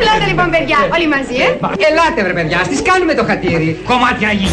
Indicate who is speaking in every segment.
Speaker 1: Ελάτε λοιπόν, παιδιά, όλοι μαζί,
Speaker 2: Ναι,
Speaker 1: ε.
Speaker 2: Ελάτε βρε παιδιά, στις κάνουμε το χατήρι.
Speaker 3: Κομμάτια γη.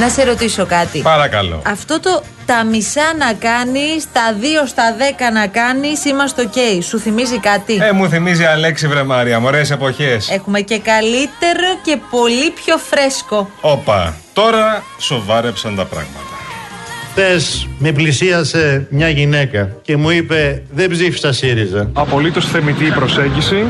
Speaker 4: Να σε ρωτήσω κάτι.
Speaker 5: Παρακαλώ.
Speaker 4: Αυτό το τα μισά να κάνεις, τα δύο στα δέκα να κάνεις, είμαστε οκ. Σου θυμίζει κάτι.
Speaker 5: Ε, μου θυμίζει Αλέξη βρε Μαρία, μωρές εποχές.
Speaker 4: Έχουμε και καλύτερο και πολύ πιο φρέσκο.
Speaker 5: Όπα, τώρα σοβάρεψαν τα πράγματα.
Speaker 6: Χθες με πλησίασε μια γυναίκα και μου είπε Δεν ψήφισα ΣΥΡΙΖΑ.
Speaker 7: Απολύτως θεμητή η προσέγγιση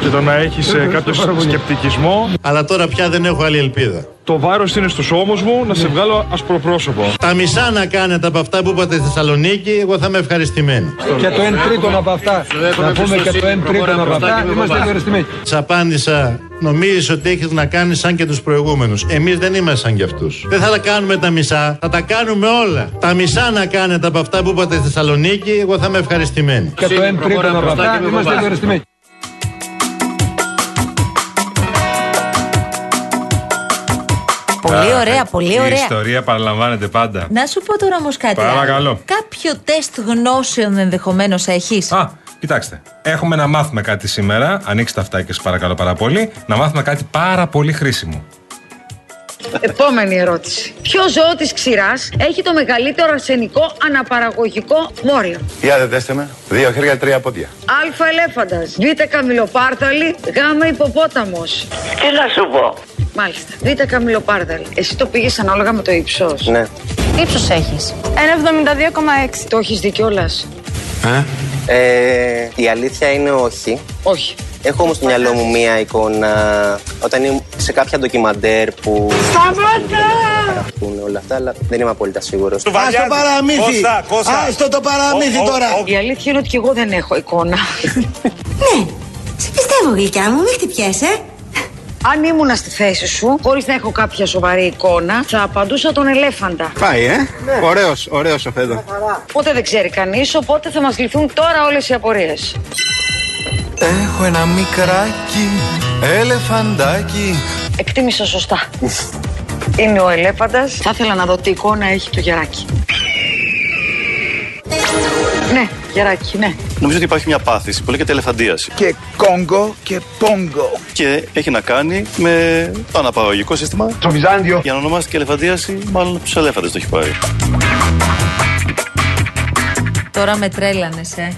Speaker 7: και το να έχεις ε, κάποιο σκεπτικισμό.
Speaker 6: Αλλά τώρα πια δεν έχω άλλη ελπίδα.
Speaker 7: Το βάρος είναι στους ώμους μου να σε βγάλω ασπροπρόσωπο.
Speaker 6: Τα μισά να κάνετε από αυτά που είπατε στη Θεσσαλονίκη, εγώ θα είμαι ευχαριστημένη.
Speaker 8: Και το 1 τρίτον από αυτά. Να πούμε και το 1 τρίτον από αυτά. Είμαστε ευχαριστημένοι.
Speaker 6: Τη απάντησα, νομίζεις ότι έχεις να κάνεις σαν και τους προηγούμενους. Εμείς δεν είμαστε σαν κι αυτούς. Δεν θα τα κάνουμε τα μισά, θα τα κάνουμε όλα. Τα μισά να κάνετε από αυτά που είπατε στη Θεσσαλονίκη, εγώ θα είμαι ευχαριστημένη.
Speaker 8: Και το 1 τρίτον από αυτά. Είμαστε ευχαριστημένοι.
Speaker 4: Πολύ ωραία,
Speaker 5: Ε,
Speaker 4: πολύ
Speaker 5: Η
Speaker 4: ωραία.
Speaker 5: ιστορία παραλαμβάνεται πάντα.
Speaker 4: Να σου πω τώρα όμως κάτι. άλλο.
Speaker 5: Παρακαλώ.
Speaker 4: Κάποιο τεστ γνώσεων ενδεχομένως έχεις.
Speaker 5: Α, κοιτάξτε. Έχουμε να μάθουμε κάτι σήμερα. Ανοίξτε αυτά και σας παρακαλώ πάρα πολύ. Να μάθουμε κάτι πάρα πολύ χρήσιμο.
Speaker 9: Επόμενη ερώτηση. Ποιο ζώο της ξηράς έχει το μεγαλύτερο αρσενικό αναπαραγωγικό μόριο.
Speaker 10: Για δεν τέστε με. Δύο χέρια, τρία πόδια.
Speaker 9: Α. Ελέφαντας. Β. Καμιλοπάρδαλη. Γ. Υποπόταμος.
Speaker 11: Τι να σου πω.
Speaker 9: Μάλιστα. Β. Καμιλοπάρδαλη. Εσύ το πήγες ανάλογα με το ύψος.
Speaker 10: Ναι.
Speaker 9: Τι ύψος έχεις. 1,72,6. Το έχεις δει κιόλας.
Speaker 10: Ε, η αλήθεια είναι όχι.
Speaker 9: Όχι.
Speaker 10: Έχω όμως στο μυαλό μου μία εικόνα όταν ήμουν σε κάποια ντοκιμαντέρ που.
Speaker 9: Σταματά!
Speaker 10: Που όλα αυτά, αλλά δεν είμαι απόλυτα σίγουρος.
Speaker 12: Ας το παραμύθι! Άστο το παραμύθι τώρα!
Speaker 9: Η αλήθεια είναι ότι κι εγώ δεν έχω εικόνα.
Speaker 13: Σε πιστεύω, γλυκιά μου, μην χτυπιέσαι.
Speaker 9: Αν ήμουνα στη θέση σου, χωρίς να έχω κάποια σοβαρή εικόνα, θα απαντούσα τον ελέφαντα.
Speaker 14: Πάει, ε. Ωραίος, ωραίος ο Φέδο.
Speaker 9: Ποτέ δεν ξέρει κανείς, οπότε θα μας λυθούν τώρα όλες οι απορίες.
Speaker 15: Έχω ένα μικράκι, ελεφαντάκι.
Speaker 9: Εκτίμησα σωστά. Είναι ο ελέφαντας. Θα ήθελα να δω τι εικόνα έχει το γεράκι. Ναι, γεράκι, ναι.
Speaker 16: Νομίζω ότι υπάρχει μια πάθηση πολύ και τελεφαντίαση.
Speaker 12: Και κόγκο και πόγκο.
Speaker 16: Και έχει να κάνει με το αναπαραγωγικό σύστημα. Το Βυζάντιο. Για να ονομάζεται και ελεφαντίαση, μάλλον τους ελέφαντες το έχει πάρει.
Speaker 4: Τώρα με τρέλανες, ε.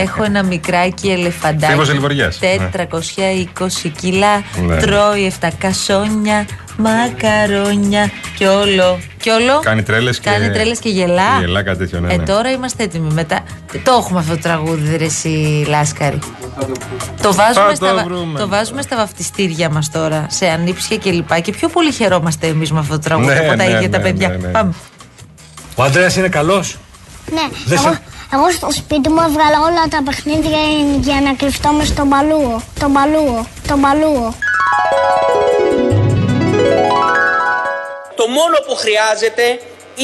Speaker 4: Έχω ένα μικράκι ελεφαντάκι.
Speaker 5: Φίλος Ελιβοριάς.
Speaker 4: 420 κιλά.
Speaker 5: Ναι.
Speaker 4: Τρώει 7 κασόνια, μακαρόνια και όλο. Και όλο.
Speaker 5: Κάνει τρέλες και-
Speaker 4: Κάνει τρέλες και γελά.
Speaker 5: Και γελά, κάτι τέτοιο, ναι,
Speaker 4: Ε,
Speaker 5: ναι.
Speaker 4: τώρα είμαστε έτοιμοι. Μετά. Το έχουμε αυτό το τραγούδι, ρε, εσύ, Λάσκαρη. Το βάζουμε,
Speaker 5: Θα
Speaker 4: στα,
Speaker 5: το
Speaker 4: βα-
Speaker 5: βρούμε.
Speaker 4: το βάζουμε στα βαφτιστήρια μας τώρα, σε ανήψια κλπ. Και, πιο πολύ χαιρόμαστε εμείς με αυτό το τραγούδι
Speaker 8: Ναι,
Speaker 4: από τα
Speaker 8: ναι,
Speaker 4: ίδια τα
Speaker 8: ναι,
Speaker 4: παιδιά.
Speaker 8: ναι, ναι.
Speaker 4: Πάμε.
Speaker 8: Ο Αντρέας είναι καλός.
Speaker 17: Ναι,
Speaker 8: Δεν
Speaker 17: εγώ,
Speaker 8: σε-
Speaker 17: εγώ στο σπίτι μου έβγαλα όλα τα παιχνίδια για να κρυφτώ με στον παλούο. Τον παλούο, τον παλούο.
Speaker 18: Το μόνο που χρειάζεται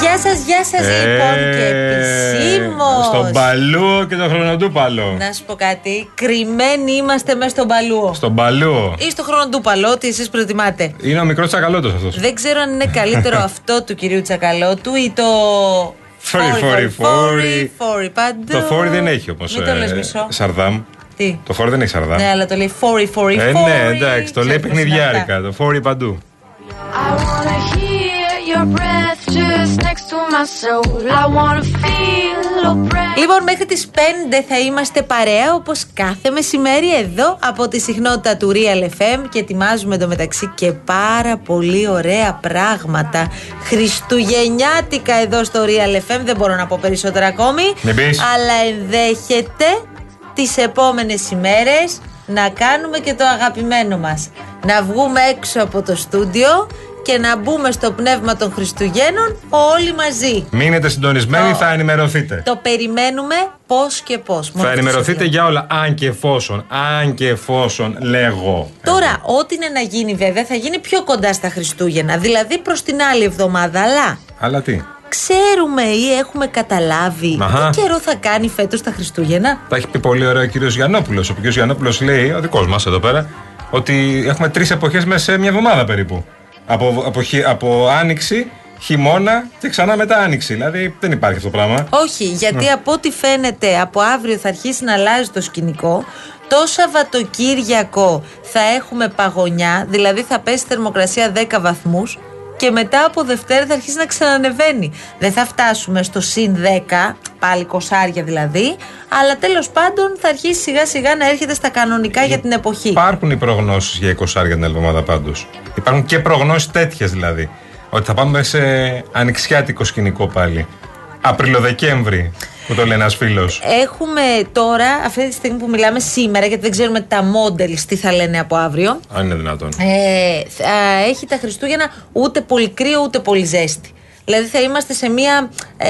Speaker 8: Γεια σας, γεια σας, λοιπόν, και επισήμως.
Speaker 5: Ε, Στον παλούο και τον χρονοτούπαλο.
Speaker 4: Ναι.
Speaker 8: Να σου πω κάτι. Κρυμμένοι είμαστε μέσα στον παλούο.
Speaker 5: Στον παλούο.
Speaker 4: Ε.
Speaker 8: Ή στο χρονοτούπαλο, ό,τι εσείς προτιμάτε.
Speaker 5: Είναι ο μικρός τσακαλώτος αυτός.
Speaker 8: Δεν ξέρω αν είναι καλύτερο αυτό του κυρίου Τσακαλώτου ή το.
Speaker 5: Φόρι,
Speaker 8: Φόρι,
Speaker 5: φόρι,
Speaker 8: φόρι,
Speaker 5: φόρι.
Speaker 8: φόρι, παντού.
Speaker 5: Το φόρι δεν έχει όμως.
Speaker 8: Μην το λες μισό.
Speaker 5: Σαρδάμ.
Speaker 8: Τι.
Speaker 5: Το φόρι δεν έχει σαρδάμ.
Speaker 8: Ναι, αλλά το λέει φόρι, φόρι,
Speaker 5: Ε,
Speaker 8: φόρι.
Speaker 5: ναι, εντάξει,
Speaker 8: Ξέρεις πώς
Speaker 5: το λέει
Speaker 8: είναι αυτά.
Speaker 5: παιχνιδιάρικα. Το φόρι παντού.
Speaker 11: I wanna hear your breath just next to my soul. I wanna feel your breath.
Speaker 8: Λοιπόν, μέχρι τις 5 θα είμαστε παρέα όπως κάθε μεσημέρι εδώ από τη συχνότητα του Real FM και ετοιμάζουμε εντωμεταξύ και πάρα πολύ ωραία πράγματα. Χριστουγεννιάτικα εδώ στο Real FM, δεν μπορώ να πω περισσότερα ακόμη.
Speaker 5: Μην πεις.
Speaker 8: Αλλά ενδέχεται τις επόμενες ημέρες να κάνουμε και το αγαπημένο μας. Να βγούμε έξω από το στούντιο και να μπούμε στο πνεύμα των Χριστουγέννων όλοι μαζί.
Speaker 5: Μείνετε συντονισμένοι, θα ενημερωθείτε.
Speaker 8: Το περιμένουμε πώς και πώς.
Speaker 5: Θα ενημερωθείτε για όλα, αν και εφόσον, αν και εφόσον λέγω.
Speaker 8: Τώρα, ό,τι είναι να γίνει, βέβαια, θα γίνει πιο κοντά στα Χριστούγεννα. Δηλαδή προς την άλλη εβδομάδα. Αλλά
Speaker 5: Αλλά τι,
Speaker 8: ξέρουμε ή έχουμε καταλάβει
Speaker 5: Αχα.
Speaker 8: τι καιρό θα κάνει φέτος τα Χριστούγεννα.
Speaker 5: τα έχει πει πολύ ωραίο ο κύριος Γιαννόπουλος. Ο κύριος Γιαννόπουλος λέει, ο δικός μας εδώ πέρα, ότι έχουμε τρεις εποχές μέσα σε μια εβδομάδα περίπου. Από, από, χει- από άνοιξη, χειμώνα και ξανά μετά άνοιξη. Δηλαδή δεν υπάρχει αυτό το πράγμα.
Speaker 8: Όχι, γιατί
Speaker 5: Ναι.
Speaker 8: από ό,τι φαίνεται από αύριο θα αρχίσει να αλλάζει το σκηνικό. Το Σαββατοκύριακο θα έχουμε παγωνιά, δηλαδή θα πέσει θερμοκρασία 10 βαθμούς και μετά από Δευτέρα θα αρχίσει να ξανανεβαίνει. Δεν θα φτάσουμε στο συν 10, πάλι κοσάρια δηλαδή, αλλά τέλος πάντων θα αρχίσει σιγά σιγά να έρχεται στα κανονικά για την εποχή.
Speaker 5: Υπάρχουν οι προγνώσεις για 20 άρια την εβδομάδα πάντως. Υπάρχουν και προγνώσεις τέτοιες δηλαδή. Ότι θα πάμε σε ανοιξιάτικο σκηνικό πάλι. Απριλοδεκέμβρη, που το λέει ένας φίλος.
Speaker 8: Έχουμε τώρα, αυτή τη στιγμή που μιλάμε σήμερα, γιατί δεν ξέρουμε τα models τι θα λένε από αύριο,
Speaker 5: Αν είναι δυνατόν.
Speaker 8: Ε, θα έχει τα Χριστούγεννα ούτε πολύ κρύο ούτε πολύ ζέστη. Δηλαδή θα είμαστε σε μια ε,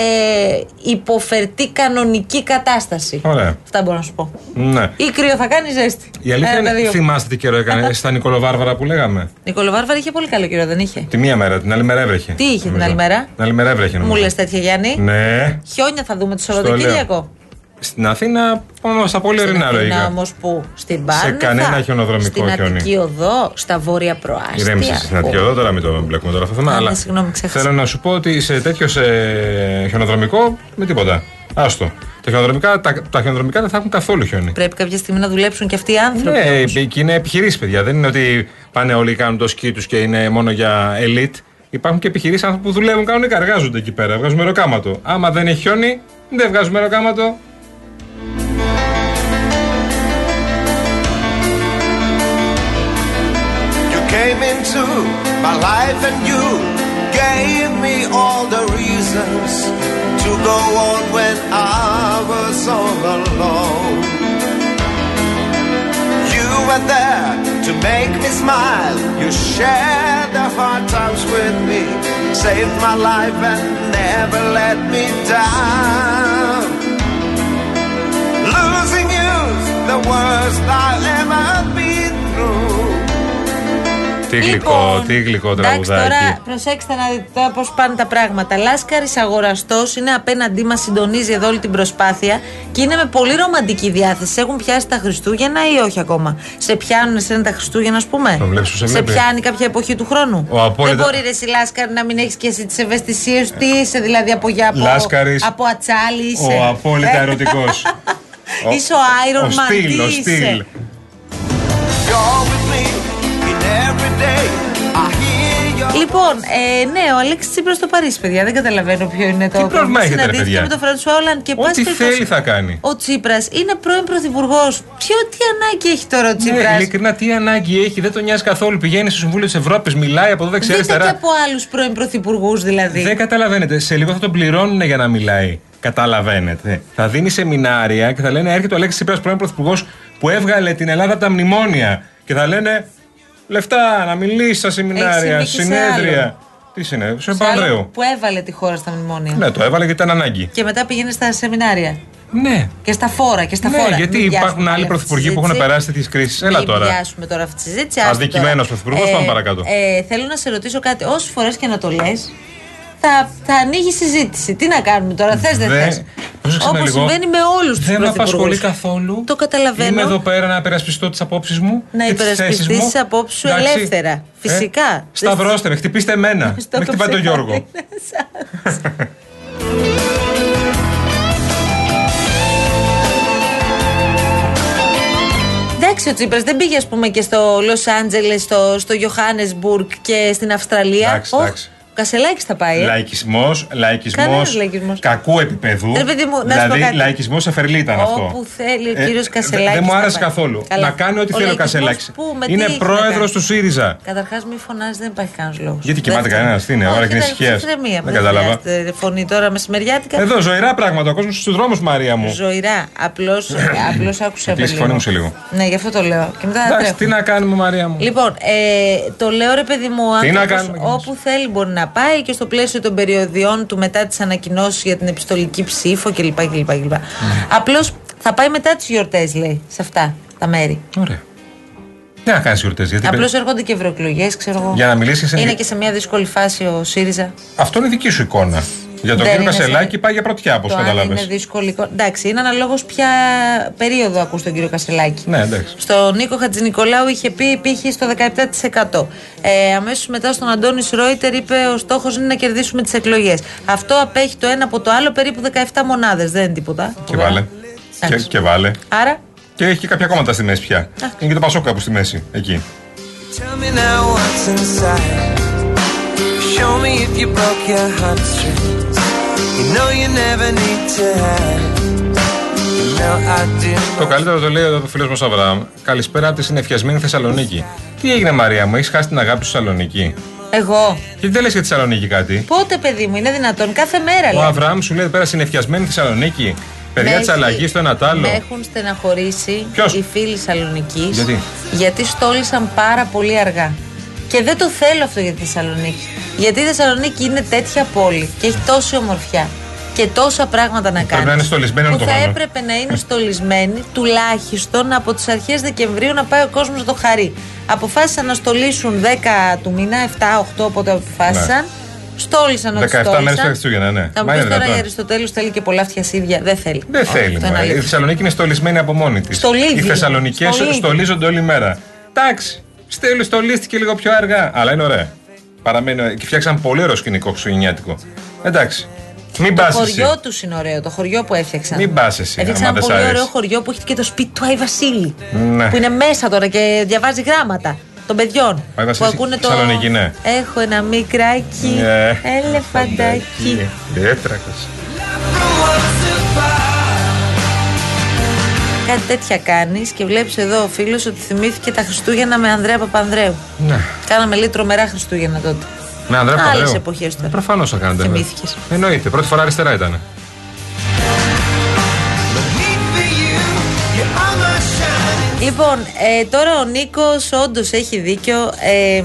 Speaker 8: υποφερτή κανονική κατάσταση.
Speaker 5: Ωραία.
Speaker 8: Αυτά μπορώ να σου πω.
Speaker 5: Ναι.
Speaker 8: Ή κρύο θα κάνει ή ζέστη. Ε, δηλαδή,
Speaker 5: Η αλήθεια
Speaker 8: Ένα τα
Speaker 5: είναι,
Speaker 8: δύο.
Speaker 5: θυμάστε τι καιρό έκανε στα Νικολοβάρβαρα που λέγαμε.
Speaker 8: Νικολοβάρβαρα είχε πολύ καλό καιρό, δεν είχε.
Speaker 5: Τη μία μέρα, την άλλη μέρα έβρεχε.
Speaker 8: Τι είχε την
Speaker 5: Νομίζω.
Speaker 8: άλλη μέρα?
Speaker 5: Την άλλη μέρα έβρεχε.
Speaker 8: Μου
Speaker 5: νομίζω.
Speaker 8: λες τέτοια Γιάννη.
Speaker 5: Ναι.
Speaker 8: Χιόνια θα δούμε το
Speaker 5: λέω.
Speaker 8: Σαββατοκύριακο.
Speaker 5: Στην Αθήνα, μόνο στα πολύ ορεινά
Speaker 8: Αθήνα
Speaker 5: ροϊκά.
Speaker 8: όμως που στην Πάρνηθα,
Speaker 5: κανένα χιονοδρομικό
Speaker 8: στην
Speaker 5: χιόνι.
Speaker 8: Αττική Οδό, στα Βόρεια Προάστια.
Speaker 5: Ηρέμησε στην Αττική Οδό, τώρα μην το μπλέκουμε τώρα αυτό το θέμα.
Speaker 8: Α,
Speaker 5: αλλά
Speaker 8: ναι, συγγνώμη, ξέχασα.
Speaker 5: θέλω να σου πω ότι σε τέτοιο σε χιονοδρομικό με τίποτα. Άστο. Τα χιονοδρομικά, τα, τα χιονοδρομικά δεν θα έχουν καθόλου χιόνι.
Speaker 8: Πρέπει κάποια στιγμή να δουλέψουν και αυτοί οι άνθρωποι.
Speaker 5: Ναι, και είναι επιχειρήσεις, παιδιά. Δεν είναι ότι πάνε όλοι κάνουν το σκι τους και είναι μόνο για elite. Υπάρχουν και επιχειρήσεις άνθρωποι που δουλεύουν κανονικά, εργάζονται εκεί πέρα. Βγάζουν μεροκάματο. Άμα δεν έχει χιόνι, δεν βγάζουν μεροκάματο.
Speaker 18: You came into my life and you gave me all the reasons to go on when I was all alone. You were there to to make me smile. You shared the hard times with me, saved my life and never let me down. Losing you's the worst I'll ever be through.
Speaker 5: Τι γλυκό, τι γλυκό
Speaker 8: Λοιπόν, Εντάξει,
Speaker 5: τραγουδάκι.
Speaker 8: τώρα προσέξτε να δείτε τώρα πώς πάνε τα πράγματα. Λάσκαρης αγοραστός είναι απέναντί μας, συντονίζει εδώ όλη την προσπάθεια και είναι με πολύ ρομαντική διάθεση. Σε Έχουν πιάσει τα Χριστούγεννα ή όχι ακόμα. Σε πιάνουν εσένα τα Χριστούγεννα, ας πούμε.
Speaker 5: Τον βλέπεις που σε βλέπει.
Speaker 8: πιάνει κάποια εποχή του χρόνου.
Speaker 5: Ο απόλυτα-
Speaker 8: Δεν μπορεί ρε εσύ Λάσκαρη να μην έχεις και εσύ τις ευαισθησίες του. Τι είσαι δηλαδή από για από,
Speaker 5: Λάσκαρης.
Speaker 8: από ατσάλι είσαι.
Speaker 5: Ο απόλυτα ερωτικό.
Speaker 8: Ο- Είσαι ο Iron Man, τι
Speaker 5: Ο
Speaker 8: είσαι?
Speaker 5: Στυλ.
Speaker 18: You're with me in every day. I hear your
Speaker 8: Λοιπόν, ε, ναι, ο Αλέξης Τσίπρας στο Παρίσι, παιδιά. Δεν καταλαβαίνω ποιο είναι το
Speaker 5: Τι πρόβλημα έχετε, ρε,
Speaker 8: Συναντήθηκε
Speaker 5: παιδιά?
Speaker 8: με τον Φραντσουά Όλαν και
Speaker 5: Ό,τι
Speaker 8: πάση περιπτώσει,
Speaker 5: θέλει θα κάνει.
Speaker 8: Ο Τσίπρας είναι πρώην πρωθυπουργός. Ποιο τι ανάγκη έχει τώρα ο
Speaker 5: Ναι,
Speaker 8: Τσίπρας.
Speaker 5: ειλικρινά τι ανάγκη έχει, δεν τον νοιάζει καθόλου. Πηγαίνει στο Συμβούλιο της Ευρώπης, μιλάει από εδώ
Speaker 8: Δείτε και
Speaker 5: δεξιά-αριστερά.
Speaker 8: από άλλους πρώην πρωθυπουργούς δηλαδή.
Speaker 5: Δεν καταλαβαίνετε. Σε λίγο θα τον πληρώνουν για να μιλάει. Καταλαβαίνετε. Θα δίνει σεμινάρια και θα λένε έρχεται ο Αλέξης Τσίπρας πρώην πρωθυπουργός που έβγαλε την Ελλάδα από τα μνημόνια. Και θα λένε λεφτά να μιλήσεις στα σεμινάρια,
Speaker 8: συμβεί και σε
Speaker 5: συνέδρια.
Speaker 8: άλλο.
Speaker 5: Τι συνέδριο, σε
Speaker 8: Σε άλλον
Speaker 5: Παπανδρέου.
Speaker 8: Που έβαλε τη χώρα στα μνημόνια.
Speaker 5: Ναι, το έβαλε γιατί ήταν ανάγκη.
Speaker 8: Και μετά πήγαινε στα σεμινάρια.
Speaker 5: Ναι.
Speaker 8: Και στα φόρα και στα
Speaker 5: Ναι,
Speaker 8: φόρα.
Speaker 5: γιατί
Speaker 8: Μην
Speaker 5: υπάρχουν
Speaker 8: πιάσουμε
Speaker 5: άλλοι
Speaker 8: τώρα
Speaker 5: πρωθυπουργοί
Speaker 8: αυτή τη
Speaker 5: που έχουν
Speaker 8: συζήτηση.
Speaker 5: περάσει τέτοιες κρίσεις. Έλα
Speaker 8: Μην
Speaker 5: τώρα.
Speaker 8: πιάσουμε τώρα αυτή τη συζήτηση. άστο τώρα.
Speaker 5: Αδικημένος πρωθυπουργός, πάμε παρακάτω.
Speaker 8: Ε, θέλω να σε ρωτήσω κάτι. Όσες φορές και να το λες, θα, θα ανοίγει συζήτηση. Τι να κάνουμε τώρα, θες δεν
Speaker 5: Δε-
Speaker 8: θες.
Speaker 5: Πρόσεξε με
Speaker 8: Όπως
Speaker 5: λίγο.
Speaker 8: συμβαίνει με όλους τους
Speaker 5: Δεν με απασχολεί
Speaker 8: καθόλου. Το καταλαβαίνω.
Speaker 5: Είμαι εδώ πέρα να υπερασπιστώ τις απόψεις μου.
Speaker 8: Να
Speaker 5: και τις θέσεις
Speaker 8: υπερασπιστείς
Speaker 5: μου.
Speaker 8: τις απόψεις σου
Speaker 5: Εντάξει. Ε,
Speaker 8: ελεύθερα. Φυσικά. Δεν-
Speaker 5: Σταυρώστε με, χτυπήστε εμένα.
Speaker 8: Στο
Speaker 5: με χτυπάτε τον
Speaker 8: κόψε
Speaker 5: Γιώργο.
Speaker 8: κανένας. Εντάξει, ο Τσίπρας δεν πήγε, ας πούμε, και στο Λος Άντζελες, στο, στο Johannesburg και στην Αυστραλία.
Speaker 5: Εντάξει,
Speaker 8: Οχ,
Speaker 5: εντάξει.
Speaker 8: Ο Κασελάκης θα πάει. ε.
Speaker 5: Λαϊκισμός, λαϊκισμός.
Speaker 8: Κανένας λαϊκισμός.
Speaker 5: Κακού επίπεδου.
Speaker 8: Ρε παιδί μου, να σου πω
Speaker 5: δηλαδή,
Speaker 8: κάτι.
Speaker 5: λαϊκισμός σε φερλί ήταν αυτό.
Speaker 8: Όπου θέλει ο
Speaker 5: Ε,
Speaker 8: κύριος
Speaker 5: δε-
Speaker 8: Κασελάκης.
Speaker 5: Δεν μου άρεσε καθόλου. Να κάνει ό,τι θέλει ο Κασελάκη. Είναι πρόεδρο του ΣΥΡΙΖΑ.
Speaker 8: Καταρχάς, μη φωνάζει, δεν υπάρχει κανένας λόγος.
Speaker 5: Γιατί κοιμάται κανένας, τι είναι, ώρα και ησυχία.
Speaker 8: Δεν
Speaker 5: Δεν κατάλαβα.
Speaker 8: χρειάζεται φωνή τώρα μεσημεριάτικα.
Speaker 5: Εδώ ζωηρά πράγματα, ο κόσμος στους δρόμους, Μαρία μου.
Speaker 8: Ζωηρά. Απλώς άκουσα.
Speaker 5: Θα
Speaker 8: λίγο.
Speaker 5: κλείσει τη Ε, φωνή μου σε λίγο.
Speaker 8: Ναι, γι' αυτό το λέω. Και μετά θα
Speaker 5: Εντάξει,
Speaker 8: τρέχω.
Speaker 5: τι να κάνουμε, Μαρία μου.
Speaker 8: Λοιπόν, ε, το λέω ρε παιδί μου, ο
Speaker 5: Τι να
Speaker 8: άνθρωπος
Speaker 5: κάνουμε κι εμείς.
Speaker 8: όπου θέλει μπορεί να πάει και στο πλαίσιο των περιοδιών του μετά τις ανακοινώσεις για την επιστολική ψήφο κλπ. κλπ, κλπ.
Speaker 5: Ναι.
Speaker 8: Απλώς θα πάει μετά τις γιορτές λέει, σε αυτά τα μέρη.
Speaker 5: Ωραία. Τι να κάνεις γιορτές, γιατί.
Speaker 8: Απλώς
Speaker 5: περι-
Speaker 8: έρχονται και ευρωεκλογές, ξέρω εγώ.
Speaker 5: Για να μιλήσεις είναι-
Speaker 8: Είναι και σε μια δύσκολη φάση ο ΣΥΡΙΖΑ.
Speaker 5: Αυτό είναι δική σου εικόνα. Για τον
Speaker 8: Δεν
Speaker 5: κύριο
Speaker 8: είναι σε-
Speaker 5: Κασελάκη πάει για πρωτιά, όπως
Speaker 8: το αν είναι
Speaker 5: κατάλαβε.
Speaker 8: δύσκολη. εικόνα- Εντάξει, είναι αναλόγω ποια περίοδο ακούς τον κύριο Κασελάκη.
Speaker 5: Ναι, εντάξει.
Speaker 8: Στον Νίκο Χατζηνικολάου είχε πει πήγε στο 17%. Ε, Αμέσως μετά στον Αντώνη Ρόιτερ είπε ο στόχος είναι να κερδίσουμε τις εκλογές. Αυτό απέχει το ένα από το άλλο περίπου 17 μονάδες. Δεν είναι τίποτα.
Speaker 5: Και βάλε. Και,
Speaker 8: Εντάξει.
Speaker 5: και βάλε.
Speaker 8: Άρα.
Speaker 5: Και έχει και κάποια κόμματα στη μέση πια. Είναι και το Πασόκ κάπου στη μέση. Εκεί.
Speaker 18: Tell me now what's inside. Show me if you broke your heartstrings. You know you never need to hide. You know I do.
Speaker 5: Το καλύτερο το λέει εδώ το φίλος μας Αβραάμ. Καλησπέρα από της συνεφιασμένη Θεσσαλονίκη. Τι έγινε, Μαρία μου, έχεις χάσει την αγάπη σου στη Θεσσαλονίκη.
Speaker 8: Εγώ.
Speaker 5: Γιατί δεν λες για τη Θεσσαλονίκη κάτι.
Speaker 8: Πότε, παιδί μου, είναι δυνατόν, κάθε μέρα
Speaker 5: Ο
Speaker 8: λέει.
Speaker 5: Αβραάμ σου λέει εδώ πέρα συνεφιασμένη Θεσσαλονίκη. Παιδιά
Speaker 8: Με
Speaker 5: της
Speaker 8: Ναι, έχει- Ναι,
Speaker 5: αλλαγή στο ένα τ' άλλο.
Speaker 8: Με έχουν στεναχωρήσει
Speaker 5: Ποιος?
Speaker 8: οι φίλοι Θεσσαλονίκης.
Speaker 5: Γιατί?
Speaker 8: Γιατί στόλισαν πάρα πολύ αργά. Και δεν το θέλω αυτό για τη Θεσσαλονίκη. Γιατί η Θεσσαλονίκη είναι τέτοια πόλη και έχει τόση ομορφιά και τόσα πράγματα να κάνει.
Speaker 5: να είναι στολισμένη όλο
Speaker 8: που
Speaker 5: το
Speaker 8: θα
Speaker 5: χρόνο.
Speaker 8: έπρεπε να είναι στολισμένη τουλάχιστον από τις αρχές Δεκεμβρίου να πάει ο κόσμος να το χαρεί. Αποφάσισαν να στολίσουν 10 του μήνα, 7-8 όποτε αποφάσισαν.
Speaker 5: Ναι.
Speaker 8: Στόλισαν ό,τι
Speaker 5: 17 μέρε τα
Speaker 8: στόλισαν.
Speaker 5: Χριστούγεννα, ναι.
Speaker 8: Θα μου
Speaker 5: Μα
Speaker 8: πεις
Speaker 5: είναι
Speaker 8: τώρα η
Speaker 5: δυνατόν.
Speaker 8: Αριστοτέλους θέλει και πολλά φτιασίδια. Δεν θέλει.
Speaker 5: Δεν
Speaker 8: Όχι,
Speaker 5: θέλει. ε,
Speaker 8: αυτό είναι
Speaker 5: μωρέ. Η
Speaker 8: αλήθεια.
Speaker 5: Θεσσαλονίκη είναι στολισμένη από μόνη της.
Speaker 8: Στολίδι.
Speaker 5: Οι Θεσσαλονικέ
Speaker 8: Στολίδι.
Speaker 5: στολίζονται όλη μέρα. Εντάξει, στέλνεις στολίστηκε λίγο πιο αργά. Αλλά είναι ωραία. Παραμένει ωραία. Και φτιάξαν πολύ ωραίο σκηνικό χριστουγεννιάτικο. Εντάξει. Μην πα
Speaker 8: Το
Speaker 5: εσύ.
Speaker 8: χωριό τους είναι ωραίο, το χωριό που έφτιαξαν.
Speaker 5: Μην πας εσύ.
Speaker 8: Έφτιαξαν
Speaker 5: άμα
Speaker 8: ένα
Speaker 5: δεν σ'
Speaker 8: πολύ ωραίο
Speaker 5: αρέσει.
Speaker 8: χωριό που έχει και το σπίτι του Άι Βασίλη.
Speaker 5: Ναι.
Speaker 8: Που είναι μέσα τώρα και διαβάζει γράμματα των παιδιών.
Speaker 5: Άι
Speaker 8: που
Speaker 5: Βασίλης,
Speaker 8: ακούνε το.
Speaker 5: Θεσσαλονίκη, ναι.
Speaker 8: Έχω ένα μικράκι,
Speaker 5: Ναι.
Speaker 8: ελεφαντάκι.
Speaker 5: Ε, Δέτρακο.
Speaker 8: Κάτι τέτοια κάνεις και βλέπεις εδώ ο φίλος ότι θυμήθηκε τα Χριστούγεννα με Ανδρέα Παπανδρέου.
Speaker 5: Ναι.
Speaker 8: Κάναμε λίγο τρομερά Χριστούγεννα τότε.
Speaker 5: Με Ανδρέα
Speaker 8: Άλλες
Speaker 5: Παπαδρέου.
Speaker 8: εποχές τώρα.
Speaker 5: Προφανώς θα κάνετε. βέβαια.
Speaker 8: Θυμήθηκες.
Speaker 5: Εννοείται. Πρώτη φορά αριστερά ήταν.
Speaker 18: For you, you're on my shining
Speaker 8: Λοιπόν, ε, τώρα ο Νίκος όντως έχει δίκιο. Ε,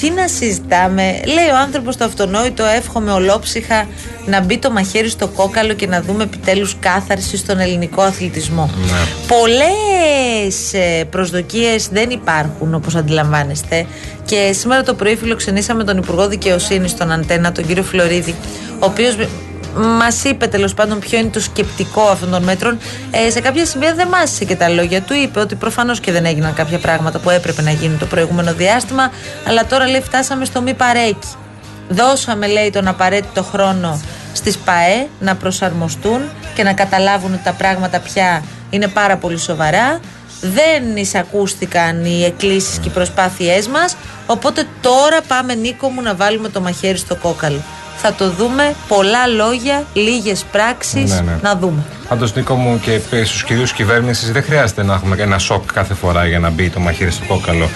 Speaker 8: τι να συζητάμε. Λέει ο άνθρωπος το αυτονόητο. Εύχομαι ολόψυχα να μπει το μαχαίρι στο κόκαλο και να δούμε επιτέλους κάθαρση στον ελληνικό αθλητισμό. Πολλές Πολλέ προσδοκίες δεν υπάρχουν όπως αντιλαμβάνεστε και σήμερα το πρωί φιλοξενήσαμε τον Υπουργό Δικαιοσύνης στον Αντένα, τον κύριο Φλωρίδη, ο οποίος Μας είπε τέλος πάντων ποιο είναι το σκεπτικό αυτών των μέτρων. Ε, σε κάποια σημεία δεν μάσησε και τα λόγια του. Είπε ότι προφανώς και δεν έγιναν κάποια πράγματα που έπρεπε να γίνουν το προηγούμενο διάστημα. Αλλά τώρα λέει φτάσαμε στο μη παρέκει. Δώσαμε, λέει, τον απαραίτητο χρόνο στις ΠαΕ να προσαρμοστούν και να καταλάβουν ότι τα πράγματα πια είναι πάρα πολύ σοβαρά. Δεν εισακούστηκαν οι εκκλήσεις και οι προσπάθειές μας. Οπότε τώρα πάμε, Νίκο μου, να βάλουμε το μαχαίρι στο κόκαλο. Θα το δούμε. Πολλά λόγια, λίγες πράξεις.
Speaker 5: Ναι, ναι.
Speaker 8: Να δούμε.
Speaker 5: Πάντως, Νίκο μου και στους κυρίους κυβέρνησης, δεν χρειάζεται να έχουμε ένα σοκ κάθε φορά για να μπει το μαχαίρι στο κόκαλο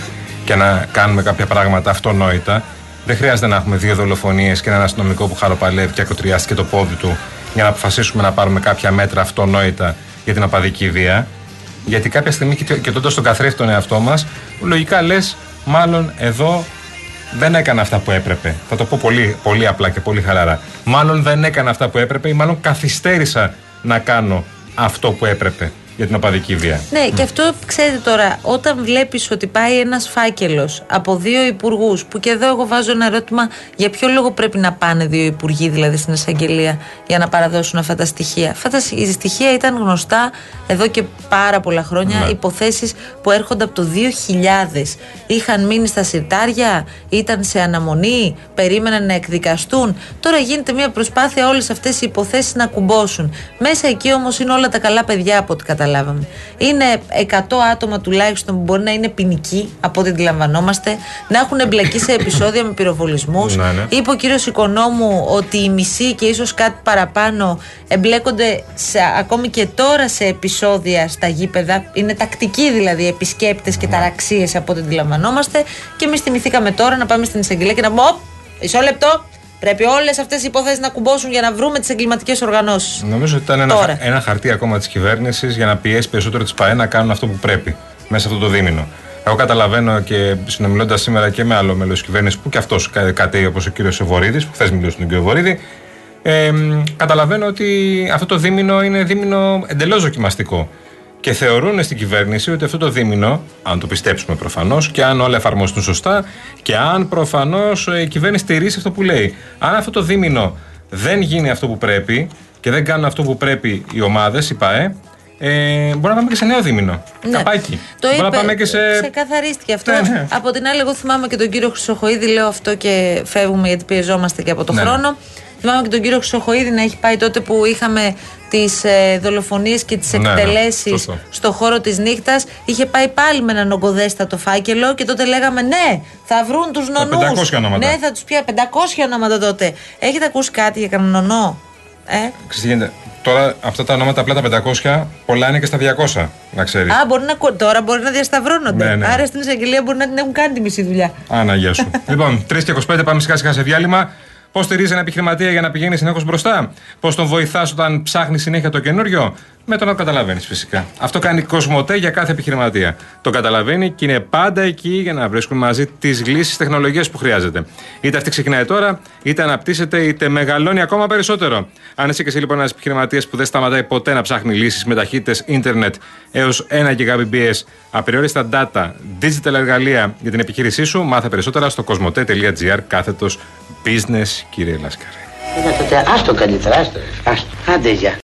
Speaker 5: και να κάνουμε κάποια πράγματα αυτονόητα. Δεν χρειάζεται να έχουμε δύο δολοφονίες και έναν αστυνομικό που χαροπαλεύει και ακροτριάστηκε το πόδι του για να αποφασίσουμε να πάρουμε κάποια μέτρα αυτονόητα για την απαδική βία. Γιατί κάποια στιγμή, κοιτ- κοιτώντας τον καθρέφτη τον εαυτό μας, λογικά λες, μάλλον εδώ δεν έκανα αυτά που έπρεπε. Θα το πω πολύ, πολύ απλά και πολύ χαλαρά. Μάλλον δεν έκανα αυτά που έπρεπε ή μάλλον καθυστέρησα να κάνω αυτό που έπρεπε για την οπαδική βία.
Speaker 8: Ναι, και αυτό ξέρετε τώρα, όταν βλέπεις ότι πάει ένας φάκελος από δύο υπουργούς, που και εδώ εγώ βάζω ένα ερώτημα, για ποιο λόγο πρέπει να πάνε δύο υπουργοί δηλαδή στην εισαγγελία για να παραδώσουν αυτά τα στοιχεία. Αυτά τα στοιχεία ήταν γνωστά εδώ και πάρα πολλά χρόνια.
Speaker 19: Ναι.
Speaker 8: Υποθέσεις που έρχονται από το 2000. Είχαν μείνει στα συρτάρια, ήταν σε αναμονή, περίμεναν να εκδικαστούν. Τώρα γίνεται μια προσπάθεια όλες αυτές οι υποθέσεις να κουμπώσουν. Μέσα εκεί όμως είναι όλα τα καλά παιδιά από ό,τι καταλάβαμε. Είναι 100 άτομα τουλάχιστον που μπορεί να είναι ποινικοί από ό,τι αντιλαμβανόμαστε, να έχουν εμπλακεί σε επεισόδια με πυροβολισμούς.
Speaker 5: Ναι, ναι.
Speaker 8: Είπε ο κύριος Οικονόμου ότι οι μισοί και ίσως κάτι παραπάνω εμπλέκονται σε, ακόμη και τώρα σε επεισόδια στα γήπεδα. Είναι τακτικοί δηλαδή επισκέπτες και ταραξίε από ό,τι αντιλαμβανόμαστε. Και εμείς θυμηθήκαμε τώρα να πάμε στην εισαγγελία και να πούμε: «Οπ, Μισό λεπτό, πρέπει όλες αυτές οι υποθέσεις να κουμπώσουν για να βρούμε τις εγκληματικές οργανώσεις.
Speaker 5: Νομίζω ότι ήταν ένα,
Speaker 8: Τώρα.
Speaker 5: χα- ένα χαρτί ακόμα της κυβέρνησης για να πιέσει περισσότερο τις ΠαΕ να κάνουν αυτό που πρέπει μέσα σε αυτό το δίμηνο. Εγώ καταλαβαίνω και συνομιλώντας σήμερα και με άλλο μέλος της κυβέρνησης που και αυτός κατέει όπως ο κύριος Βορύδη, που χθες μιλούσε τον κύριο Βορύδη, ε, μ, καταλαβαίνω ότι αυτό το δίμηνο είναι δίμηνο εντελώς δοκιμαστικό. Και θεωρούν στην κυβέρνηση ότι αυτό το δίμηνο, αν το πιστέψουμε προφανώς και αν όλα εφαρμοστούν σωστά και αν προφανώς η κυβέρνηση τηρήσει αυτό που λέει. Αν αυτό το δίμηνο δεν γίνει αυτό που πρέπει και δεν κάνουν αυτό που πρέπει οι ομάδες, οι ΠΑΕ, ε, μπορεί να πάμε και σε νέο δίμηνο.
Speaker 8: Ναι.
Speaker 5: Καπάκι.
Speaker 8: Το
Speaker 5: μπορεί
Speaker 8: είπε,
Speaker 5: να πάμε και σε.
Speaker 8: ξεκαθαρίστηκε αυτό.
Speaker 5: Ναι, ναι.
Speaker 8: Από την άλλη, εγώ θυμάμαι και τον κύριο Χρυσοχοίδη, λέω αυτό και φεύγουμε γιατί πιεζόμαστε και από το
Speaker 5: Ναι, ναι.
Speaker 8: χρόνο. Θυμάμαι και τον κύριο Χρυσοχοίδη να έχει πάει τότε που είχαμε τις ε, δολοφονίες και τις
Speaker 5: Ναι, ναι.
Speaker 8: εκτελέσεις
Speaker 5: Σωστό.
Speaker 8: στο χώρο της νύχτας. Είχε πάει πάλι με έναν ογκοδέστατο φάκελο και τότε λέγαμε ναι, θα βρουν τους νονούς
Speaker 5: 500 ονόματα.
Speaker 8: Ναι, θα τους πια 500 ονόματα τότε. Έχετε ακούσει κάτι για κανέναν νονό. Ε?
Speaker 5: Ξέρεις τι γίνεται. Τώρα αυτά τα ονόματα απλά τα 500, πολλά είναι και στα 200, να ξέρεις.
Speaker 8: Α, μπορεί να, κο- τώρα μπορεί να διασταυρώνονται.
Speaker 5: Ναι, ναι.
Speaker 8: Άρα στην εισαγγελία μπορεί να την έχουν κάνει τη μισή δουλειά.
Speaker 5: Άνα, γεια σου. λοιπόν, 3 και 25 πάμε σιγά σιγά σε διάλειμμα. Πώς στηρίζεις ένα επιχειρηματία για να πηγαίνει συνεχώ μπροστά. Πώς τον βοηθάς όταν ψάχνει συνέχεια το καινούριο. Με το να το καταλαβαίνεις φυσικά. Αυτό κάνει κοσμοτέ για κάθε επιχειρηματία. Το καταλαβαίνει και είναι πάντα εκεί για να βρίσκουν μαζί τις λύσεις τεχνολογίας που χρειάζεται. Είτε αυτή ξεκινάει τώρα, είτε αναπτύσσεται, είτε μεγαλώνει ακόμα περισσότερο. Αν είσαι και εσύ λοιπόν ένας επιχειρηματίας που δεν σταματάει ποτέ να ψάχνει λύσεις με ταχύτητες ίντερνετ έως 1 Gbps, απεριόριστα data, digital εργαλεία για την επιχείρησή σου, μάθε περισσότερα στο κοσμοτέ.gr κάθετος business, κύριε Λάσκαρη.
Speaker 20: Τότε άστο καλύτερα, άστο. Άστο. Άντε, γεια.